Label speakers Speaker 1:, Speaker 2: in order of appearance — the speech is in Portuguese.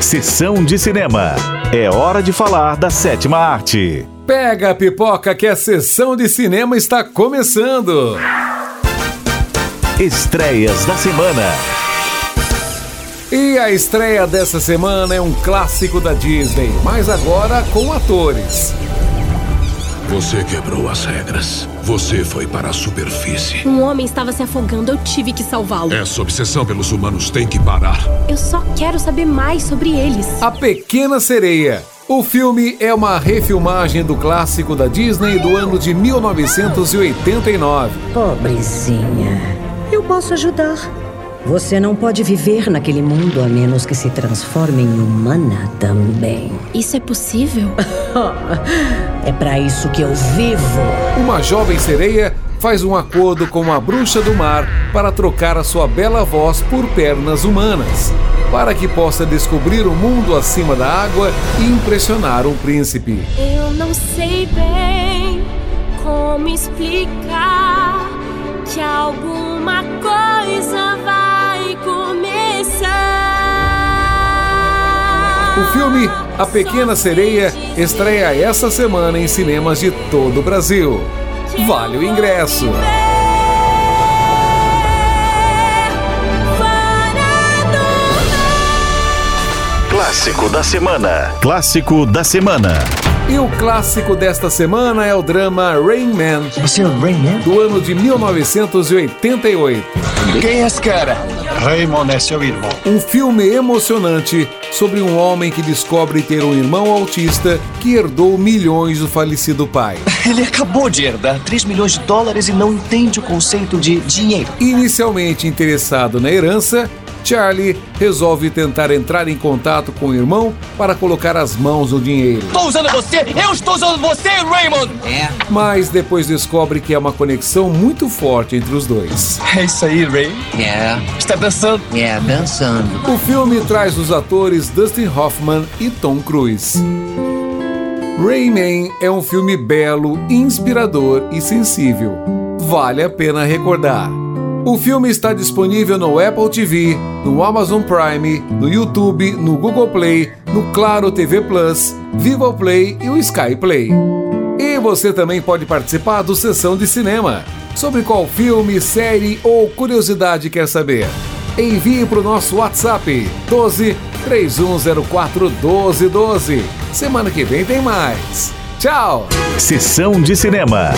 Speaker 1: Sessão de cinema. É hora de falar da sétima arte.
Speaker 2: Pega a pipoca que a sessão de cinema está começando.
Speaker 1: Estreias da semana.
Speaker 2: E a estreia dessa semana é um clássico da Disney, mas agora com atores.
Speaker 3: Você quebrou as regras. Você foi para a superfície.
Speaker 4: Um homem estava se afogando, eu tive que salvá-lo.
Speaker 3: Essa obsessão pelos humanos tem que parar.
Speaker 4: Eu só quero saber mais sobre eles.
Speaker 2: A Pequena Sereia. O filme é uma refilmagem do clássico da Disney do ano de 1989.
Speaker 5: Pobrezinha. Eu posso ajudar. Você não pode viver naquele mundo a menos que se transforme em humana também.
Speaker 4: Isso é possível?
Speaker 5: É pra isso que eu vivo.
Speaker 2: Uma jovem sereia faz um acordo com a bruxa do mar para trocar a sua bela voz por pernas humanas, para que possa descobrir o mundo acima da água e impressionar um príncipe.
Speaker 4: Eu não sei bem como explicar que alguma coisa vai começar.
Speaker 2: O filme A Pequena Sereia estreia essa semana em cinemas de todo o Brasil. Vale o ingresso!
Speaker 1: Clássico da semana. Clássico da semana.
Speaker 2: E o clássico desta semana é o drama Rain Man,
Speaker 6: Você é o Rain Man?
Speaker 2: do ano de 1988.
Speaker 6: Quem é esse cara? Raymond é seu irmão.
Speaker 2: Um filme emocionante sobre um homem que descobre ter um irmão autista que herdou milhões do falecido pai.
Speaker 6: Ele acabou de herdar 3 milhões de dólares e não entende o conceito de dinheiro.
Speaker 2: Inicialmente interessado na herança, Charlie resolve tentar entrar em contato com o irmão para colocar as mãos no dinheiro.
Speaker 6: Estou usando você! Eu estou usando você, Raymond!
Speaker 2: Mas depois descobre que há uma conexão muito forte entre os dois.
Speaker 6: É isso aí, Ray. Está dançando.
Speaker 7: É, dançando.
Speaker 2: O filme traz os atores Dustin Hoffman e Tom Cruise. Rayman é um filme belo, inspirador e sensível. Vale a pena recordar. O filme está disponível no Apple TV, no Amazon Prime, no YouTube, no Google Play, no Claro TV Plus, Vivoplay e o Sky Play. E você também pode participar do Sessão de Cinema. Sobre qual filme, série ou curiosidade quer saber? Envie para o nosso WhatsApp 12 3104 1212. Semana que vem tem mais. Tchau!
Speaker 1: Sessão de cinema.